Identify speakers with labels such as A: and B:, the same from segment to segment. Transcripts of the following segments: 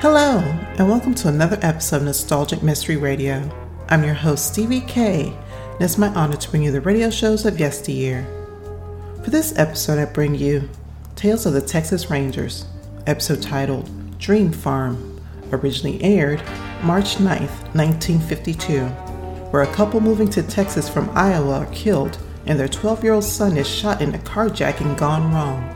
A: Hello, and welcome to another episode of Nostalgic Mystery Radio. I'm your host, Stevie K, and it's my honor to bring you the radio shows of yesteryear. For this episode, I bring you Tales of the Texas Rangers, episode titled Dream Farm, originally aired March 9th, 1952, where a couple moving to Texas from Iowa are killed and their 12 year old son is shot in a carjacking gone wrong.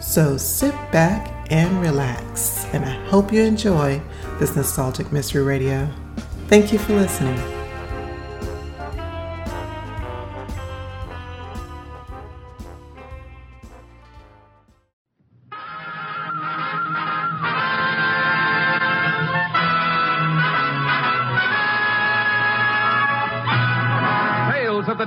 A: So sit back and relax, and I hope you enjoy this nostalgic mystery radio. Thank you for listening.
B: Tales of the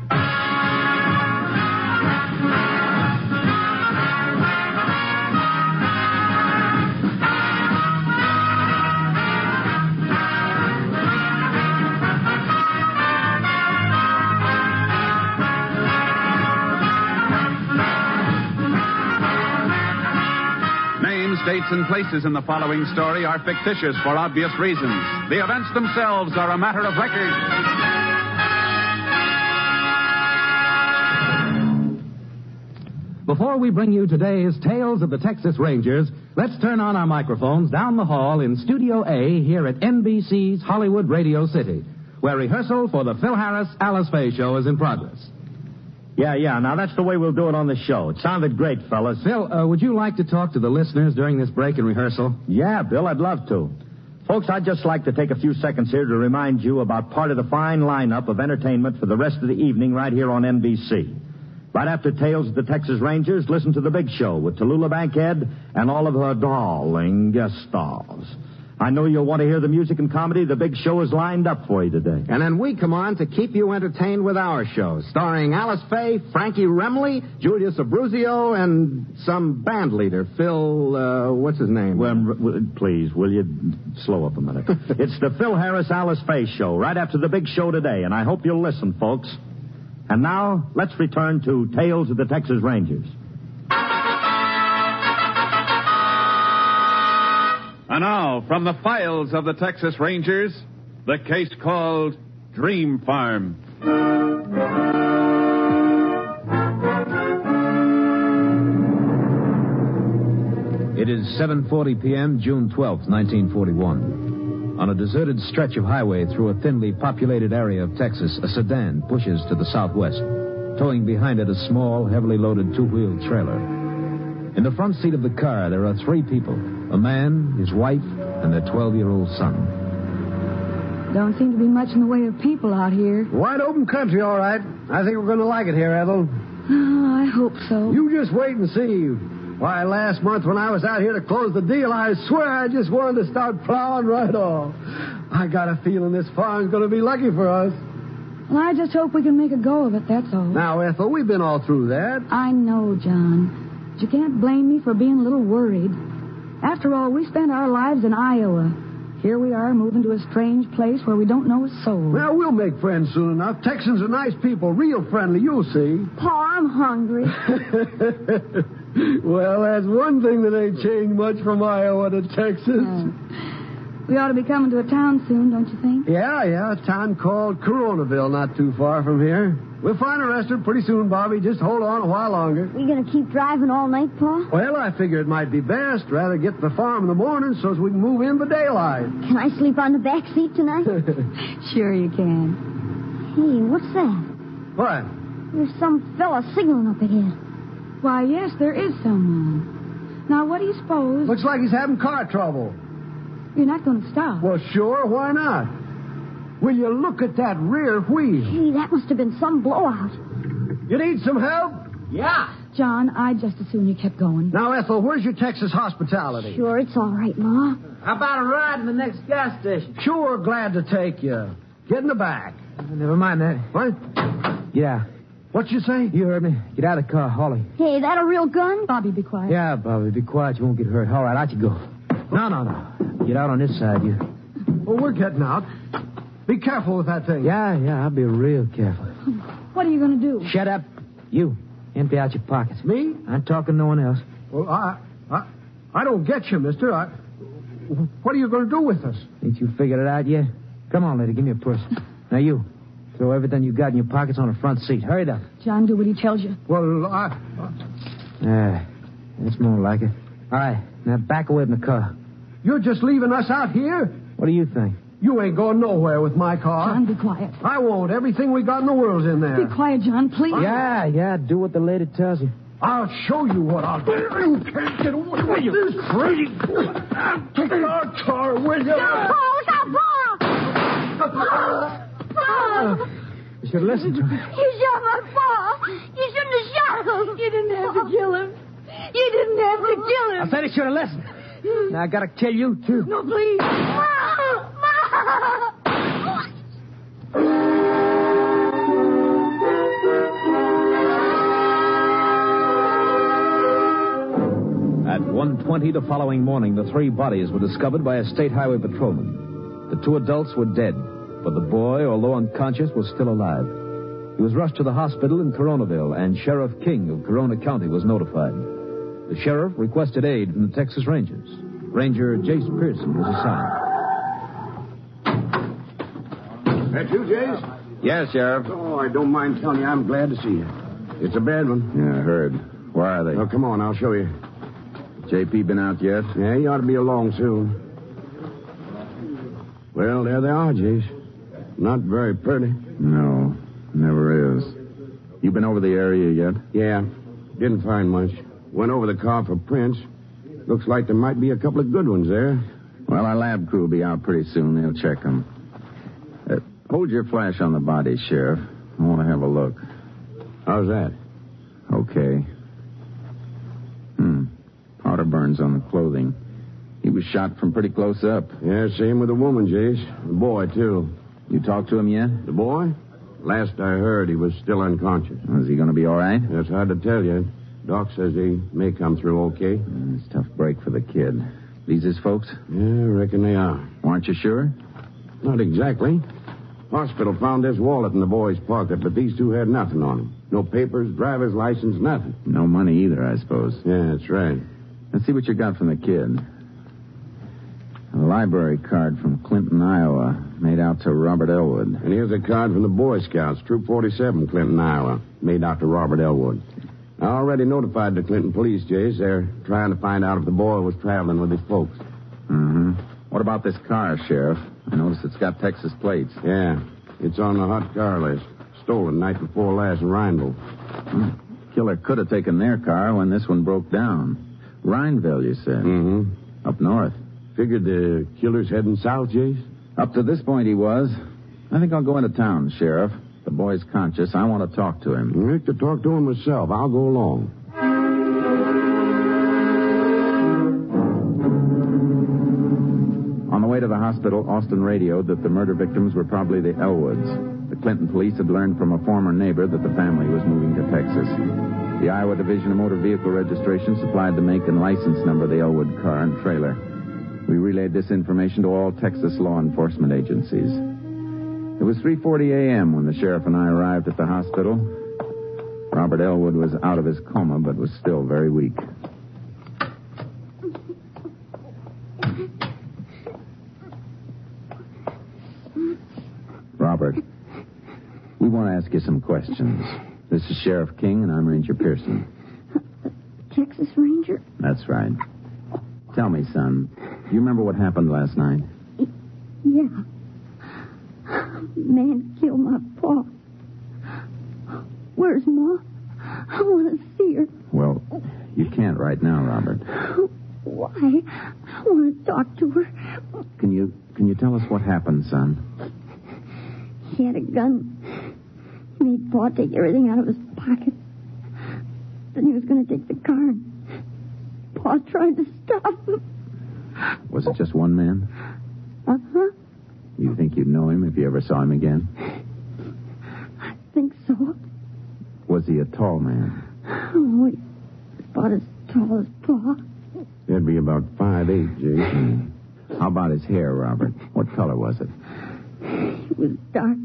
B: Names, dates, and places in the following story are fictitious for obvious reasons. The events themselves are a matter of record.
C: Before we bring you today's Tales of the Texas Rangers, let's turn on our microphones down the hall in Studio A here at NBC's Hollywood Radio City, where rehearsal for the Phil Harris Alice Faye show is in progress.
D: Yeah, yeah. Now that's the way we'll do it on the show. It sounded great, fellas.
C: Phil, uh, would you like to talk to the listeners during this break in rehearsal?
D: Yeah, Bill, I'd love to. Folks, I'd just like to take a few seconds here to remind you about part of the fine lineup of entertainment for the rest of the evening right here on NBC. Right after Tales of the Texas Rangers, listen to The Big Show with Tallulah Bankhead and all of her darling guest stars. I know you'll want to hear the music and comedy The Big Show is lined up for you today.
C: And then we come on to keep you entertained with our show, starring Alice Faye, Frankie Remley, Julius Abruzio, and some band leader, Phil, uh, what's his name?
D: Well, r- w- please, will you slow up a minute? it's the Phil Harris Alice Faye Show, right after the big show today, and I hope you'll listen, folks. And now, let's return to Tales of the Texas Rangers.
B: And now, from the files of the Texas Rangers, the case called Dream Farm.
C: It is 7:40 p.m., June 12, 1941. On a deserted stretch of highway through a thinly populated area of Texas, a sedan pushes to the southwest, towing behind it a small, heavily loaded two-wheeled trailer. In the front seat of the car, there are three people: a man, his wife, and their 12-year-old son.
E: Don't seem to be much in the way of people out here.
F: Wide open country, all right. I think we're going to like it here, Ethel.
E: Oh, I hope so.
F: You just wait and see. Why, last month when I was out here to close the deal, I swear I just wanted to start plowing right off. I got a feeling this farm's going to be lucky for us.
E: Well, I just hope we can make a go of it, that's all.
F: Now, Ethel, we've been all through that.
E: I know, John. But you can't blame me for being a little worried. After all, we spent our lives in Iowa. Here we are moving to a strange place where we don't know a soul.
F: Well, we'll make friends soon enough. Texans are nice people, real friendly, you'll see.
E: Pa, I'm hungry.
F: well, that's one thing that ain't changed much from Iowa to Texas.
E: Oh. we ought to be coming to a town soon, don't you think?
F: Yeah, yeah, a town called Coronaville, not too far from here. We'll find a restaurant pretty soon, Bobby. Just hold on a while longer.
G: We gonna keep driving all night, Pa?
F: Well, I figure it might be best rather get to the farm in the morning so as we can move in by daylight.
G: Can I sleep on the back seat tonight?
E: Sure you can.
G: hey, what's that?
F: What?
G: There's some fella signaling up ahead.
E: Why, yes, there is someone. Now, what do you suppose?
F: Looks like he's having car trouble.
E: You're not going to stop.
F: Well, sure, why not? Will you look at that rear wheel?
G: Gee, that must have been some blowout.
F: You need some help?
E: John, I'd just as soon you kept going.
F: Now, Ethel, where's your Texas hospitality?
G: Sure, it's all right, Ma.
H: How about a ride in the next gas station?
F: Sure, glad to take you. Get in the back.
H: Never mind that.
F: What?
H: Yeah.
F: What you say?
H: You heard me. Get out of the car, Holly.
G: Hey, that a real gun?
E: Bobby, be quiet.
H: Yeah, Bobby. Be quiet. You won't get hurt. All right, out you go. No, no, no. Get out on this side, you.
F: Well, we're getting out. Be careful with that thing.
H: Yeah, yeah. I'll be real careful.
E: What are you going to do?
H: Shut up. You. Empty out your pockets.
F: Me?
H: I'm talking no one else.
F: Well, I, I, I don't get you, mister. I, what are you going to do with us?
H: Think you figured it out yet? Come on, lady, give me a purse. now you. Throw everything you got in your pockets on the front seat. Hurry it up.
E: John, do what he tells you.
F: Well, I,
H: Ah, that's more like it. All right, now back away from the car.
F: you're just leaving us out here?
H: What do you think?
F: You ain't going nowhere with my car.
E: John, be quiet.
F: I won't. Everything we got in the world's in there.
E: Be quiet, John, please.
H: Yeah, yeah, do what the lady tells you.
F: I'll show you what I'll do. You can't get away with this crazy. I'm taking our car with you.
G: Oh, look out, Paul! Paul!
H: You should listen to her.
G: You shot my Paul! You shouldn't have shot him! You didn't have to kill him. You didn't have to kill
H: I said you should have listened. Now I gotta kill you, too.
E: No, please.
I: At 1.20 the following morning, the three bodies were discovered by a state highway patrolman. The two adults were dead, but the boy, although unconscious, was still alive. He was rushed to the hospital in Coronaville, and Sheriff King of Corona County was notified. The sheriff requested aid from the Texas Rangers. Ranger Jace Pearson was assigned.
C: That you, Jays?
I: Yes, Sheriff.
C: Oh, I don't mind telling you, I'm glad to see you. It's a bad one.
I: Yeah, I heard. Where are they?
C: Well, come on, I'll show you.
I: JP been out yet?
C: Yeah, you ought to be along soon. Well, there they are, Jays. Not very pretty.
I: No, never is. You been over the area yet?
C: Yeah, didn't find much. Went over the car for prints. Looks like there might be a couple of good ones there.
I: Well, our lab crew will be out pretty soon. They'll check them. Uh, hold your flash on the body, Sheriff. I want to have a look.
C: How's that?
I: Okay. Hmm. Powder burns on the clothing. He was shot from pretty close up.
C: Yeah, same with the woman, Jace. The boy, too.
I: You talked to him yet?
C: The boy? Last I heard, he was still unconscious.
I: Is he going to be all right?
C: It's hard to tell you. Doc says he may come through okay.
I: Mm, It's a tough break for the kid. These his folks?
C: Yeah, I reckon they are.
I: Aren't you sure?
C: Not exactly. Hospital found this wallet in the boy's pocket, but these two had nothing on them. No papers, driver's license, nothing.
I: No money either, I suppose.
C: Yeah, that's right.
I: Let's see what you got from the kid. A library card from Clinton, Iowa, made out to Robert Elwood.
C: And here's a card from the Boy Scouts, Troop 47, Clinton, Iowa, made out to Robert Elwood. I already notified the Clinton police, Jace. They're trying to find out if the boy was traveling with his folks.
I: Mm-hmm. What about this car, Sheriff? I notice it's got Texas plates.
C: Yeah, it's on the hot car list. Stolen night before last in Rhineville.
I: Killer could have taken their car when this one broke down. Rhineville, you said.
C: Mm-hmm.
I: Up north.
C: Figured the killer's heading south, Jace?
I: Up to this point, he was. I think I'll go into town, Sheriff. The boy's conscious. I want to talk to him.
C: I could talk to him myself. I'll go along.
I: On the way to the hospital, Austin radioed that the murder victims were probably the Elwoods. The Clinton police had learned from a former neighbor that the family was moving to Texas. The Iowa Division of Motor Vehicle Registration supplied the make and license number of the Elwood car and trailer. We relayed this information to all Texas law enforcement agencies. It was 3:40 a.m. when the sheriff and I arrived at the hospital. Robert Elwood was out of his coma but was still very weak. Robert, we want to ask you some questions. This is Sheriff King, and I'm Ranger Pearson.
G: Texas Ranger?
I: That's right. Tell me, son, you remember what happened last night?
G: Yeah. Man killed my Pa. Where's Ma? I want to see her.
I: Well, you can't right now, Robert.
G: Why? I want to talk to her.
I: Can you can you tell us what happened, son?
G: He had a gun. He made Pa take everything out of his pocket. Then he was going to take the car. and Pa tried to stop him.
I: Was it just one man?
G: Uh huh.
I: You think you'd know him if you ever saw him again?
G: I think so.
I: Was he a tall man?
G: Oh, he's about as tall as Pa.
C: That'd be about five eight, Jake.
I: Hmm. How about his hair, Robert? What color was it?
G: It was dark.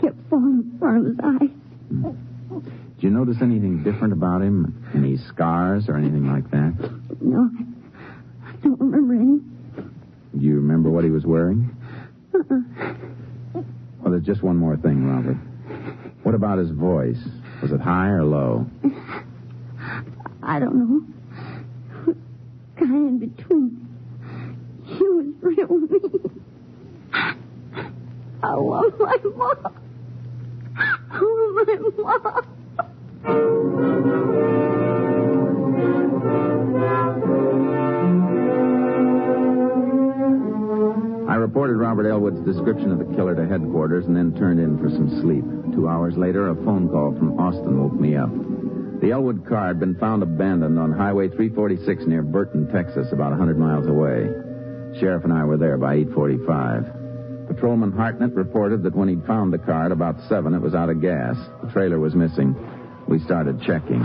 G: kept falling before his eyes.
I: Did you notice anything different about him? Any scars or anything like that?
G: No, I don't remember any.
I: Do you remember what he was wearing?
G: Uh-uh.
I: Well, there's just one more thing, Robert. What about his voice? Was it high or low?
G: I don't know. Kind of in between. He was real mean. I love my mom. I love my mom.
I: I reported Robert Elwood's description of the killer to headquarters and then turned in for some sleep. Two hours later, a phone call from Austin woke me up. The Elwood car had been found abandoned on Highway 346 near Burton, Texas, about 100 miles away. Sheriff and I were there by 8:45. Patrolman Hartnett reported that when he'd found the car at about 7, it was out of gas. The trailer was missing. We started checking.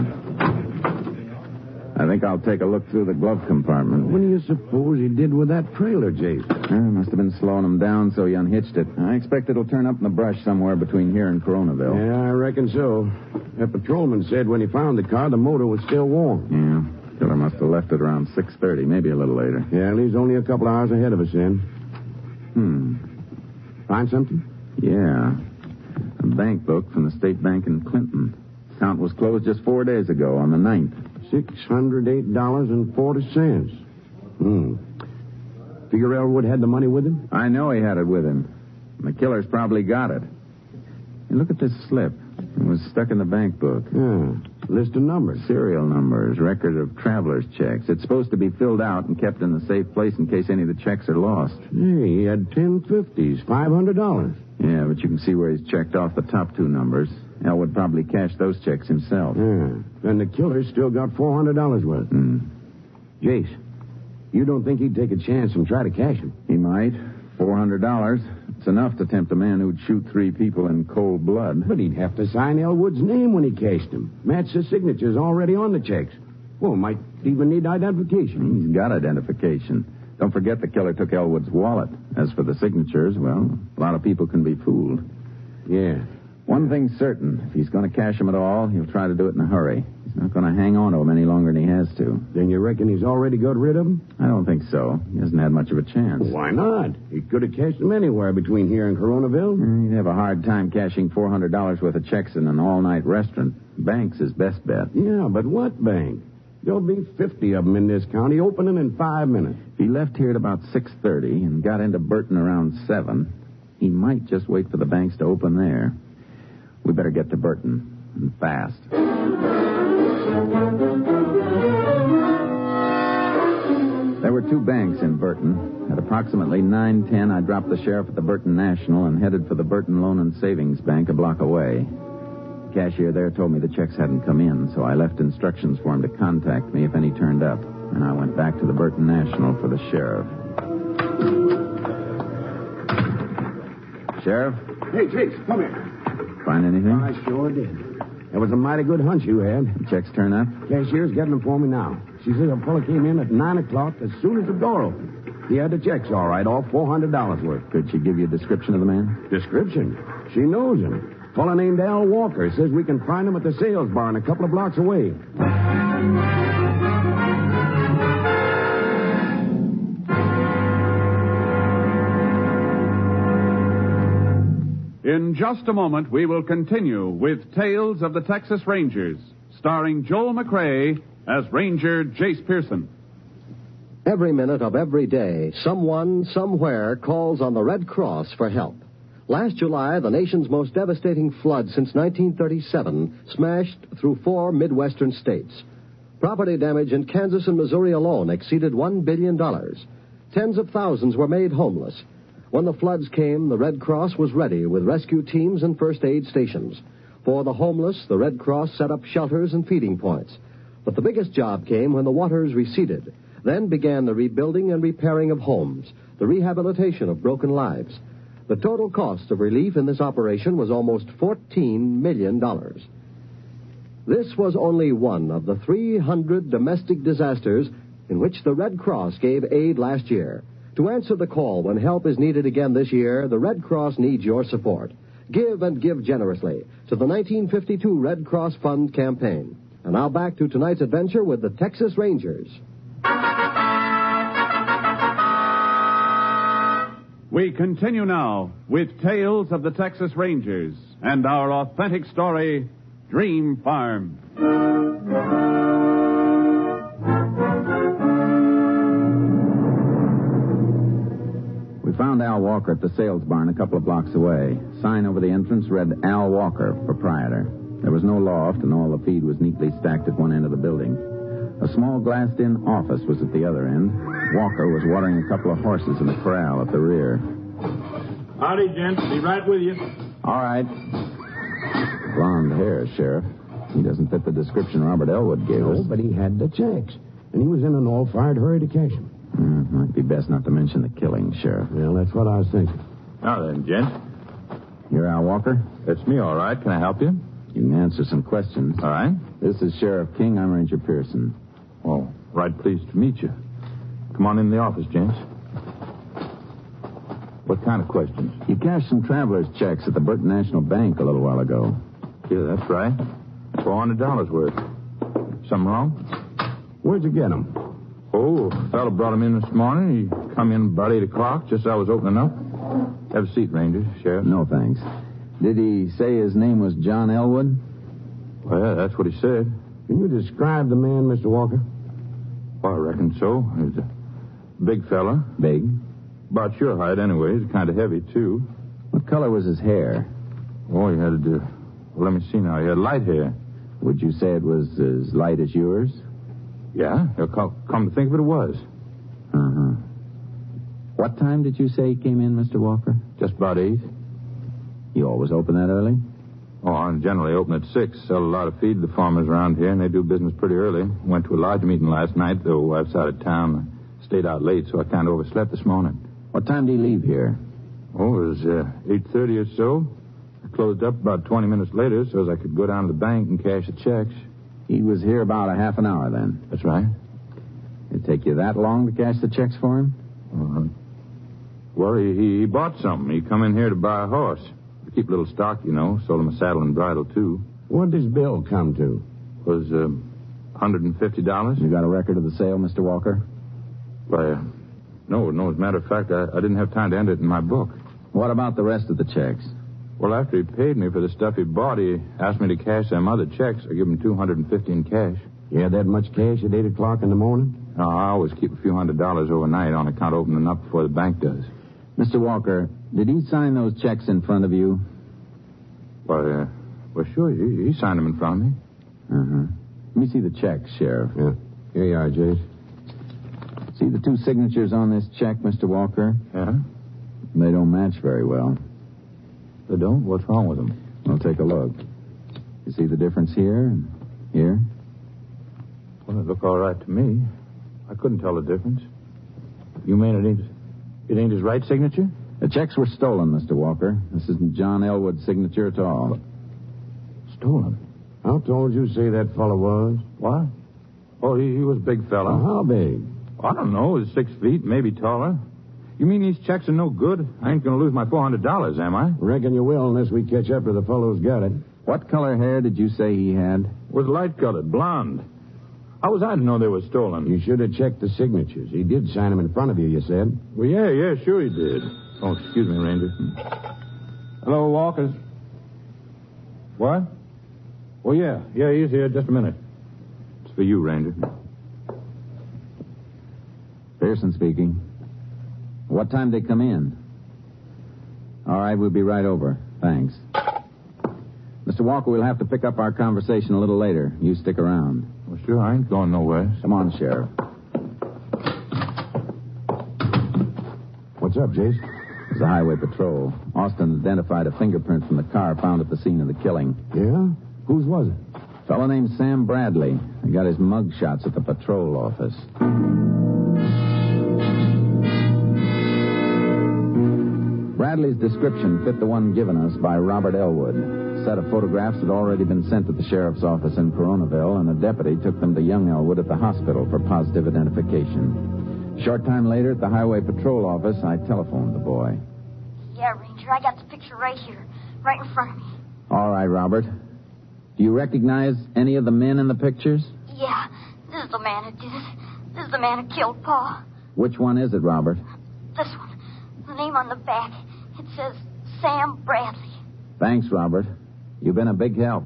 I: I think I'll take a look through the glove compartment.
J: What do you suppose he did with that trailer, Jase?
I: Yeah, must have been slowing him down, so he unhitched it. I expect it'll turn up in the brush somewhere between here and Coronaville.
J: Yeah, I reckon so. That patrolman said when he found the car, the motor was still warm.
I: Yeah. Killer must have left it around 6.30, maybe a little later.
J: Yeah, leaves only a couple of hours ahead of us then.
I: Hmm.
J: Find something?
I: Yeah. A bank book from the state bank in Clinton. Account was closed just four days ago on the 9th.
J: $608.40. Hmm. Figure Elwood had the money with him?
I: I know he had it with him. And the killer's probably got it. Hey, look at this slip. It was stuck in the bank book.
J: Yeah. Hmm. List of numbers.
I: Serial numbers, record of traveler's checks. It's supposed to be filled out and kept in a safe place in case any of the checks are lost.
J: Hey, he had ten fifties, five hundred dollars.
I: Yeah, but you can see where he's checked off the top two numbers. Elwood probably cashed those checks himself.
J: Yeah. Hmm. And the killer's still got four hundred dollars worth.
I: Hmm.
J: Jace, you don't think he'd take a chance and try to cash him?
I: He might. Four hundred dollars. It's enough to tempt a man who'd shoot three people in cold blood.
J: But he'd have to sign Elwood's name when he cashed him. Match his signatures already on the checks. Well, might even need identification.
I: He's got identification. Don't forget the killer took Elwood's wallet. As for the signatures, well, a lot of people can be fooled.
J: Yeah.
I: One thing's certain. If he's going to cash him at all, he'll try to do it in a hurry. He's not going to hang on to him any longer than he has to.
J: Then you reckon he's already got rid of him?
I: I don't think so. He hasn't had much of a chance.
J: Why not? He could have cashed him anywhere between here and Coronaville.
I: Uh, He'd have a hard time cashing $400 worth of checks in an all-night restaurant. Bank's his best bet.
J: Yeah, but what bank? There'll be 50 of them in this county opening in five minutes.
I: If he left here at about 6.30 and got into Burton around 7, he might just wait for the banks to open there. We better get to Burton, and fast. There were two banks in Burton. At approximately 9.10, I dropped the sheriff at the Burton National and headed for the Burton Loan and Savings Bank a block away. The cashier there told me the checks hadn't come in, so I left instructions for him to contact me if any turned up, and I went back to the Burton National for the sheriff. Sheriff,
J: Hey, Chase, come here.
I: find anything?
J: I sure did. That was a mighty good hunch you had.
I: Checks turn up?
J: Cashier's getting them for me now. She says a fella came in at 9 o'clock as soon as the door opened. He had the checks all right, all $400 worth.
I: Could she give you a description of the man?
J: Description? She knows him. Fella named Al Walker says we can find him at the sales barn a couple of blocks away.
B: In just a moment, we will continue with Tales of the Texas Rangers, starring Joel McRae as Ranger Jace Pearson.
K: Every minute of every day, someone somewhere calls on the Red Cross for help. Last July, the nation's most devastating flood since 1937 smashed through four Midwestern states. Property damage in Kansas and Missouri alone exceeded $1 billion. Tens of thousands were made homeless. When the floods came, the Red Cross was ready with rescue teams and first aid stations. For the homeless, the Red Cross set up shelters and feeding points. But the biggest job came when the waters receded. Then began the rebuilding and repairing of homes, the rehabilitation of broken lives. The total cost of relief in this operation was almost $14 million. This was only one of the 300 domestic disasters in which the Red Cross gave aid last year. To answer the call when help is needed again this year, the Red Cross needs your support. Give and give generously to the 1952 Red Cross Fund campaign. And now back to tonight's adventure with the Texas Rangers.
B: We continue now with Tales of the Texas Rangers and our authentic story, Dream Farm.
I: We found Al Walker at the sales barn a couple of blocks away. Sign over the entrance read Al Walker, proprietor. There was no loft, and all the feed was neatly stacked at one end of the building. A small glassed in office was at the other end. Walker was watering a couple of horses in a corral at the rear.
L: Howdy, gents. Be right with you.
I: All right. Blonde hair, Sheriff. He doesn't fit the description Robert Elwood gave us.
M: No, but he had the checks, and he was in an all-fired hurry to cash him.
I: Uh, might be best not to mention the killing, Sheriff.
M: Well, that's what I was thinking.
N: Now then, gents.
I: You're Al Walker?
N: It's me, all right. Can I help you?
I: You can answer some questions.
N: All right.
I: This is Sheriff King. I'm Ranger Pearson.
N: Oh, right pleased to meet you. Come on in the office, James. What kind of questions?
I: You cashed some traveler's checks at the Burton National Bank a little while ago.
N: Yeah, that's right. $400 worth. Something wrong?
I: Where'd you get them?
N: Oh, a fellow brought him in this morning. He come in about 8 o'clock, just as I was opening up. Have a seat, Ranger, Sheriff.
I: No, thanks. Did he say his name was John Elwood?
N: Well, yeah, that's what he said.
M: Can you describe the man, Mr. Walker?
N: Well, I reckon so. He's a big fella.
I: Big?
N: About your height, anyways. Kind of heavy, too.
I: What color was his hair?
N: Oh, he had, uh, well, let me see now. He had light hair.
I: Would you say it was as light as yours?
N: Yeah, he'll co- come to think of it, it was.
I: Uh huh. What time did you say he came in, Mr. Walker?
N: Just about eight.
I: You always open that early?
N: Oh, I generally open at six. Sell a lot of feed to the farmers around here, and they do business pretty early. Went to a lodge meeting last night, though wife's out of town. Stayed out late, so I kind of overslept this morning.
I: What time did he leave here?
N: Oh, it was uh, eight thirty or so. I closed up about twenty minutes later, so as I could go down to the bank and cash the checks.
I: He was here about a half an hour then.
N: That's right.
I: It take you that long to cash the checks for him?
N: Uh-huh. Well, he, he, he bought something. He come in here to buy a horse. To keep a little stock, you know. Sold him a saddle and bridle, too.
M: What did his bill come to?
N: Was um, $150.
I: You got a record of the sale, Mr. Walker?
N: Why, uh, no, no. As a matter of fact, I, I didn't have time to enter it in my book.
I: What about the rest of the checks?
N: Well, after he paid me for the stuff he bought, he asked me to cash them other checks. I give him 250 in cash.
M: You had that much cash at 8 o'clock in the morning?
N: No, I always keep a few hundred dollars overnight on account of opening up before the bank does.
I: Mr. Walker, did he sign those checks in front of you?
N: Well, uh, well, sure, he, he signed them in front of me.
I: Uh-huh. Let me see the checks, Sheriff.
J: Yeah. Here you are, Jase.
I: See the two signatures on this check, Mr. Walker?
N: Yeah?
I: They don't match very well.
N: They don't? What's wrong with them?
I: I'll take a look. You see the difference here and here?
N: Well, it look all right to me. I couldn't tell the difference. You mean it ain't it ain't his right signature?
I: The checks were stolen, Mr. Walker. This isn't John Elwood's signature at all.
N: Stolen?
M: How tall did you say that fellow was?
N: What? Oh, he, he was a big fella.
M: Now, how big?
N: I don't know. He was six feet, maybe taller. You mean these checks are no good? I ain't gonna lose my four hundred dollars, am I?
M: Reckon you will unless we catch up to the fellow who's got it.
I: What color hair did you say he had?
N: Was light colored, blonde. How was I to know they were stolen?
M: You should have checked the signatures. He did sign 'em in front of you, you said.
N: Well, yeah, yeah, sure he did. Oh, excuse me, Ranger. Hello, Walkers. What? Well, yeah, yeah, he's here. Just a minute. It's for you, Ranger.
I: Pearson speaking. What time did they come in? All right, we'll be right over. Thanks. Mr. Walker, we'll have to pick up our conversation a little later. You stick around.
N: Well, sure, I ain't going nowhere.
I: Come on, Sheriff.
M: What's up, Jase?
I: It's the highway patrol. Austin identified a fingerprint from the car found at the scene of the killing.
M: Yeah? Whose was it?
I: fellow named Sam Bradley. He got his mug shots at the patrol office. Bradley's description fit the one given us by Robert Elwood. A set of photographs had already been sent to the sheriff's office in Coronaville, and a deputy took them to young Elwood at the hospital for positive identification. Short time later, at the highway patrol office, I telephoned the boy.
O: Yeah, Ranger, I got the picture right here. right in front of me.
I: All right, Robert. Do you recognize any of the men in the pictures?
O: Yeah, this is the man who did it. This is the man who killed Paul.
I: Which one is it, Robert?
O: This one. The name on the back. It says Sam Bradley.
I: Thanks, Robert. You've been a big help.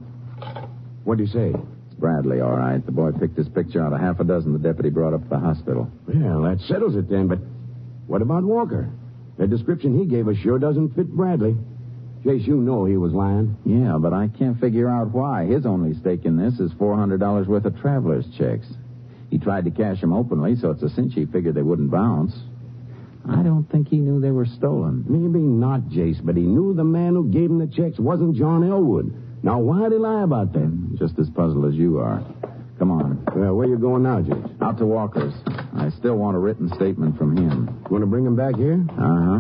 I: What do you say? It's Bradley, all right. The boy picked his picture out of half a dozen the deputy brought up to the hospital.
J: Well, that settles it then, but what about Walker? The description he gave us sure doesn't fit Bradley. Chase, you know he was lying.
I: Yeah, but I can't figure out why. His only stake in this is $400 worth of traveler's checks. He tried to cash 'em openly, so it's a cinch he figured they wouldn't bounce. I don't think he knew they were stolen.
M: Maybe not, Jace, but he knew the man who gave him the checks wasn't John Elwood. Now, why'd he lie about that?
I: Just as puzzled as you are. Come on.
J: Well, where you going now, Jace?
I: Out to Walker's. I still want a written statement from him.
J: Want to bring him back here?
I: Uh huh.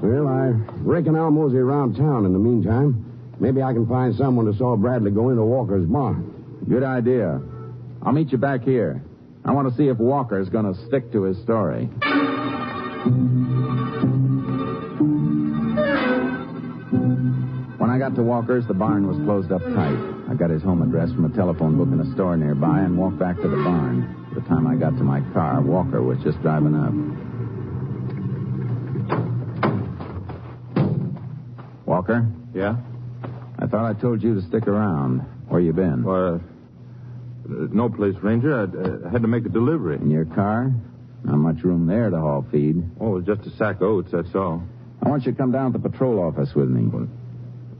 J: Well, I reckon I'll mosey around town in the meantime. Maybe I can find someone who saw Bradley go into Walker's barn.
I: Good idea. I'll meet you back here. I want to see if Walker's going to stick to his story. When I got to Walker's, the barn was closed up tight. I got his home address from a telephone book in a store nearby and walked back to the barn. By the time I got to my car, Walker was just driving up. Walker,
N: Yeah?
I: I thought I told you to stick around. Where you been?
N: Well, uh, no place, Ranger. I, I had to make a delivery.
I: In your car? Not much room there to haul feed.
N: Oh, just a sack of oats, that's all.
I: I want you to come down to the patrol office with me.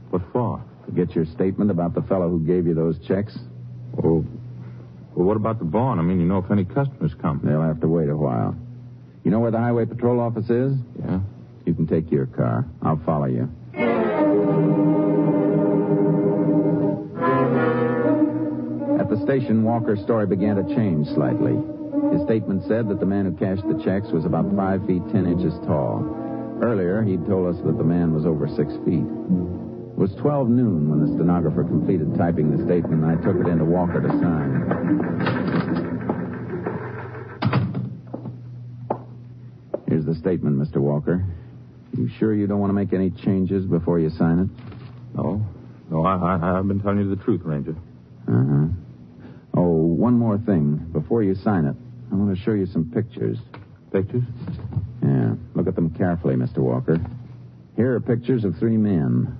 I: What,
N: for?
I: To get your statement about the fellow who gave you those checks.
N: Oh, well, what about the barn? I mean, you know if any customers come.
I: They'll have to wait a while. You know where the highway patrol office is?
N: Yeah.
I: You can take your car. I'll follow you. At the station, Walker's story began to change slightly. His statement said that the man who cashed the checks was about five feet ten inches tall. Earlier, he'd told us that the man was over six feet. It was 12 noon when the stenographer completed typing the statement, and I took it into Walker to sign. Here's the statement, Mr. Walker. You sure you don't want to make any changes before you sign it?
N: No. No, I, I, I've been telling you the truth, Ranger.
I: Uh huh. Oh, one more thing. Before you sign it, I want to show you some pictures.
N: Pictures?
I: Yeah. Look at them carefully, Mr. Walker. Here are pictures of three men.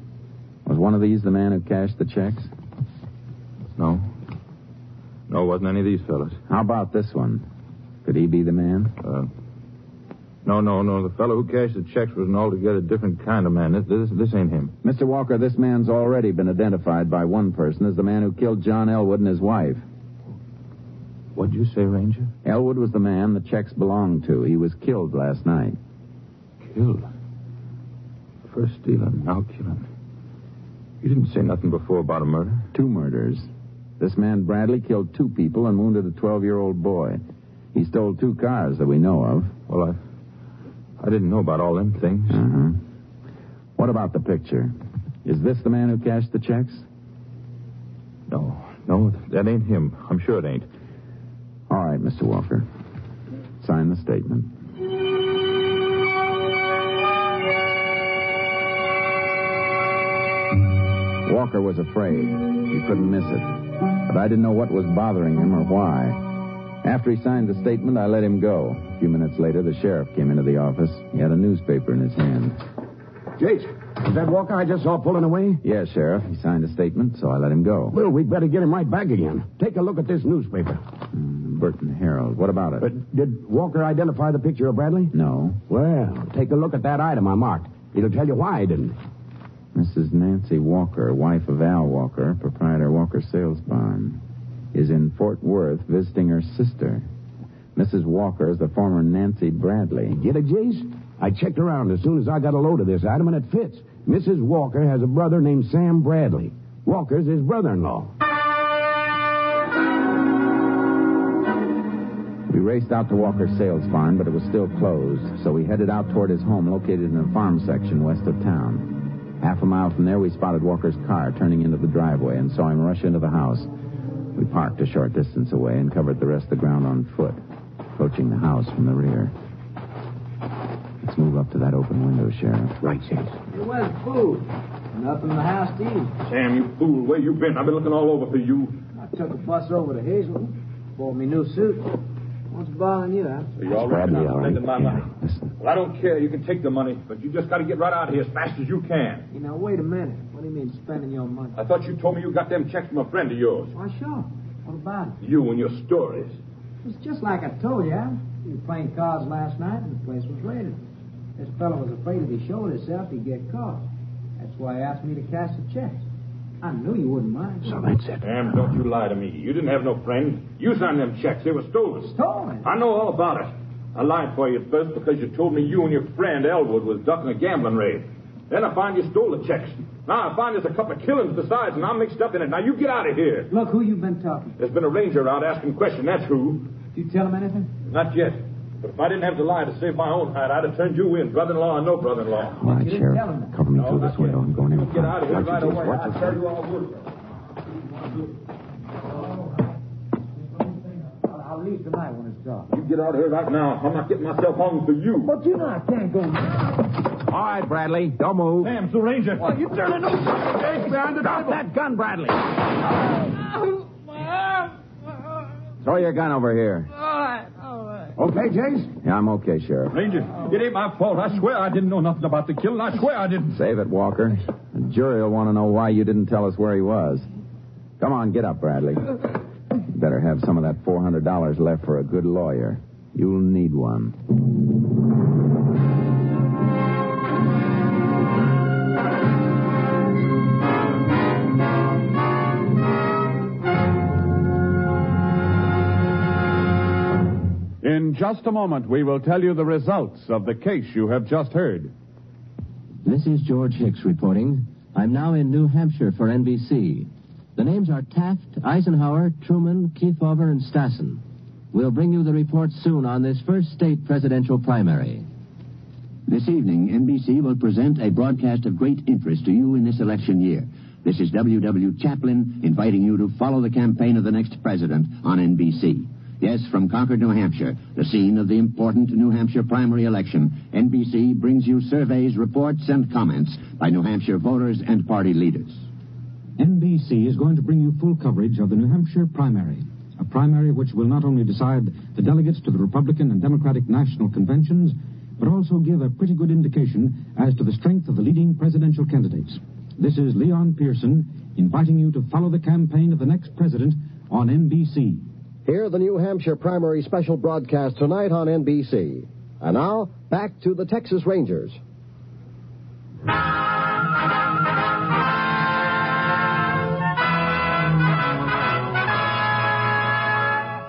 I: Was one of these the man who cashed the checks?
N: No. No, wasn't any of these fellas.
I: How about this one? Could he be the man?
N: Uh, no, no, no. The fellow who cashed the checks was an altogether different kind of man. This, this, this ain't him.
I: Mr. Walker, this man's already been identified by one person as the man who killed John Elwood and his wife.
N: What'd you say, Ranger?
I: Elwood was the man the checks belonged to. He was killed last night.
N: Killed. First stealing, now killing. You didn't say nothing before about a murder.
I: Two murders. This man Bradley killed two people and wounded a 12 year old boy. He stole two cars that we know of.
N: Well, I, I didn't know about all them things.
I: Uh-huh. What about the picture? Is this the man who cashed the checks?
N: No, no, that ain't him. I'm sure it ain't.
I: All right, Mr. Walker. Sign the statement. Walker was afraid. He couldn't miss it. But I didn't know what was bothering him or why. After he signed the statement, I let him go. A few minutes later, the sheriff came into the office. He had a newspaper in his hand.
M: Jace, is that Walker I just saw pulling away?
I: Yes, Sheriff. He signed a statement, so I let him go.
M: Well, we'd better get him right back again. Take a look at this newspaper.
I: Hmm, Burton Herald. What about it?
M: Uh, did Walker identify the picture of Bradley?
I: No.
M: Well, take a look at that item I marked. It'll tell you why he didn't.
I: Mrs. Nancy Walker, wife of Al Walker, proprietor Walker Sales Barn, is in Fort Worth visiting her sister. Mrs. Walker is the former Nancy Bradley.
M: Get it, Jace? I checked around as soon as I got a load of this item, and it fits. Mrs. Walker has a brother named Sam Bradley. Walker's his brother in law.
I: We raced out to Walker's sales farm, but it was still closed, so we headed out toward his home located in a farm section west of town. Half a mile from there, we spotted Walker's car turning into the driveway and saw him rush into the house. We parked a short distance away and covered the rest of the ground on foot, approaching the house from the rear. Let's move up to that open window, Sheriff.
M: Right, James.
P: It was food.
H: Nothing in the house, do you?
L: Sam, you fool. Where you been? I've been looking all over for you.
H: I took a bus over to Hazel, bought me new suit. What's bothering you, huh?
L: So you're all right now spending my money. Well, I don't care. You can take the money, but you just got to get right out of here as fast as you can.
H: You know, wait a minute. What do you mean spending your money?
L: I thought you told me you got them checks from a friend of yours.
H: Why, sure. What about it?
L: You and your stories.
H: It's just like I told you, huh? You were playing cards last night and the place was raided. This fellow was afraid if he showed himself, he'd get caught. That's why he asked me to cash the checks. I knew you wouldn't mind. So
L: Sam, don't you lie to me. You didn't have no friend. You signed them checks. They were stolen.
H: Stolen?
L: I know all about it. I lied for you at first because you told me you and your friend Elwood was ducking a gambling raid. Then I find you stole the checks. Now I find there's a couple of killings besides, and I'm mixed up in it. Now you get out of here.
H: Look who you've been talking
L: There's been a ranger out asking questions. That's who.
H: to. You tell him anything?
L: Not yet. But if I didn't have to lie to save my own hide, I'd have turned you in, brother-in-law or no brother-in-law.
H: All right, Sheriff.
L: Cover me through this window. I'm going in. Get out of here right away. I tell you I would.
H: I'll, I'll leave tonight when it's dark.
L: You get out of here right now. I'm not getting myself hung for you. But
H: you know I can't go.
L: All right, Bradley. Don't move. Sam, it's the ranger. Well, you turn it over. Hey, behind the Drop that gun, Bradley.
I: Throw your gun over here.
L: Okay, Jace?
I: Yeah, I'm okay, Sheriff.
L: Ranger, it ain't my fault. I swear I didn't know nothing about the killing. I swear I didn't.
I: Save it, Walker. The jury will want to know why you didn't tell us where he was. Come on, get up, Bradley. You better have some of that $400 left for a good lawyer. You'll need one.
P: In just a moment, we will tell you the results of the case you have just heard.
Q: This is George Hicks reporting. I'm now in New Hampshire for NBC. The names are Taft, Eisenhower, Truman, Kefauver, and Stassen. We'll bring you the report soon on this first state presidential primary.
C: This evening, NBC will present a broadcast of great interest to you in this election year. This is W.W. Chaplin inviting you to follow the campaign of the next president on NBC. Yes, from Concord, New Hampshire, the scene of the important New Hampshire primary election, NBC brings you surveys, reports, and comments by New Hampshire voters and party leaders.
R: NBC is going to bring you full coverage of the New Hampshire primary, a primary which will not only decide the delegates to the Republican and Democratic national conventions, but also give a pretty good indication as to the strength of the leading presidential candidates. This is Leon Pearson inviting you to follow the campaign of the next president on NBC.
K: Hear the New Hampshire primary special broadcast tonight on NBC. And now, back to the Texas Rangers.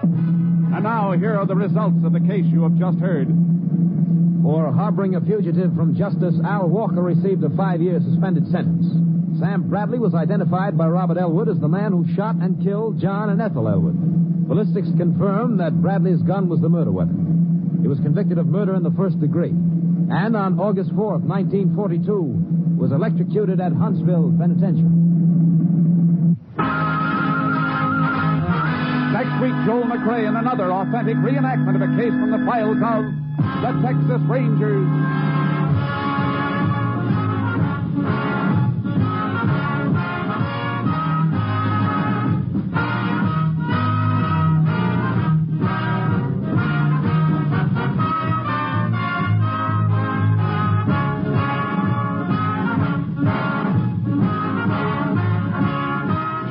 P: And now, here are the results of the case you have just heard.
S: For harboring a fugitive from justice, Al Walker received a five year suspended sentence. Sam Bradley was identified by Robert Elwood as the man who shot and killed John and Ethel Elwood. Ballistics confirmed that Bradley's gun was the murder weapon. He was convicted of murder in the first degree. And on August 4th, 1942, was electrocuted at Huntsville Penitentiary.
J: Next week, Joel McRae in another authentic reenactment of a case from the files of the Texas Rangers.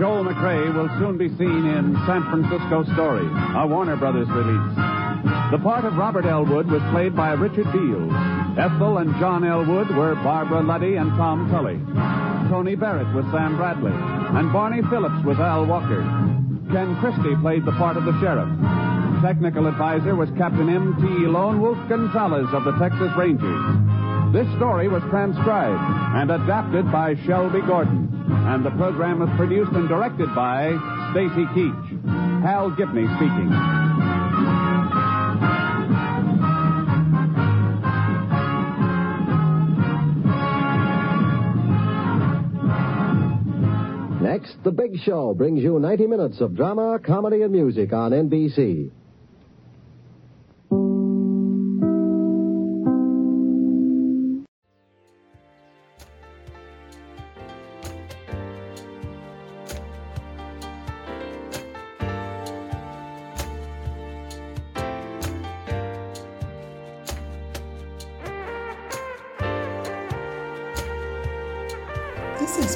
P: Joel McRae will soon be seen in San Francisco Story, a Warner Brothers release. The part of Robert Elwood was played by Richard Beals. Ethel and John Elwood were Barbara Luddy and Tom Tully. Tony Barrett was Sam Bradley, and Barney Phillips was Al Walker. Ken Christie played the part of the sheriff. Technical advisor was Captain M.T. Lone Wolf Gonzalez of the Texas Rangers. This story was transcribed and adapted by Shelby Gordon, and the program was produced and directed by Stacy Keach. Hal Gibney speaking.
K: Next, The Big Show brings you 90 minutes of drama, comedy, and music on NBC.
A: This has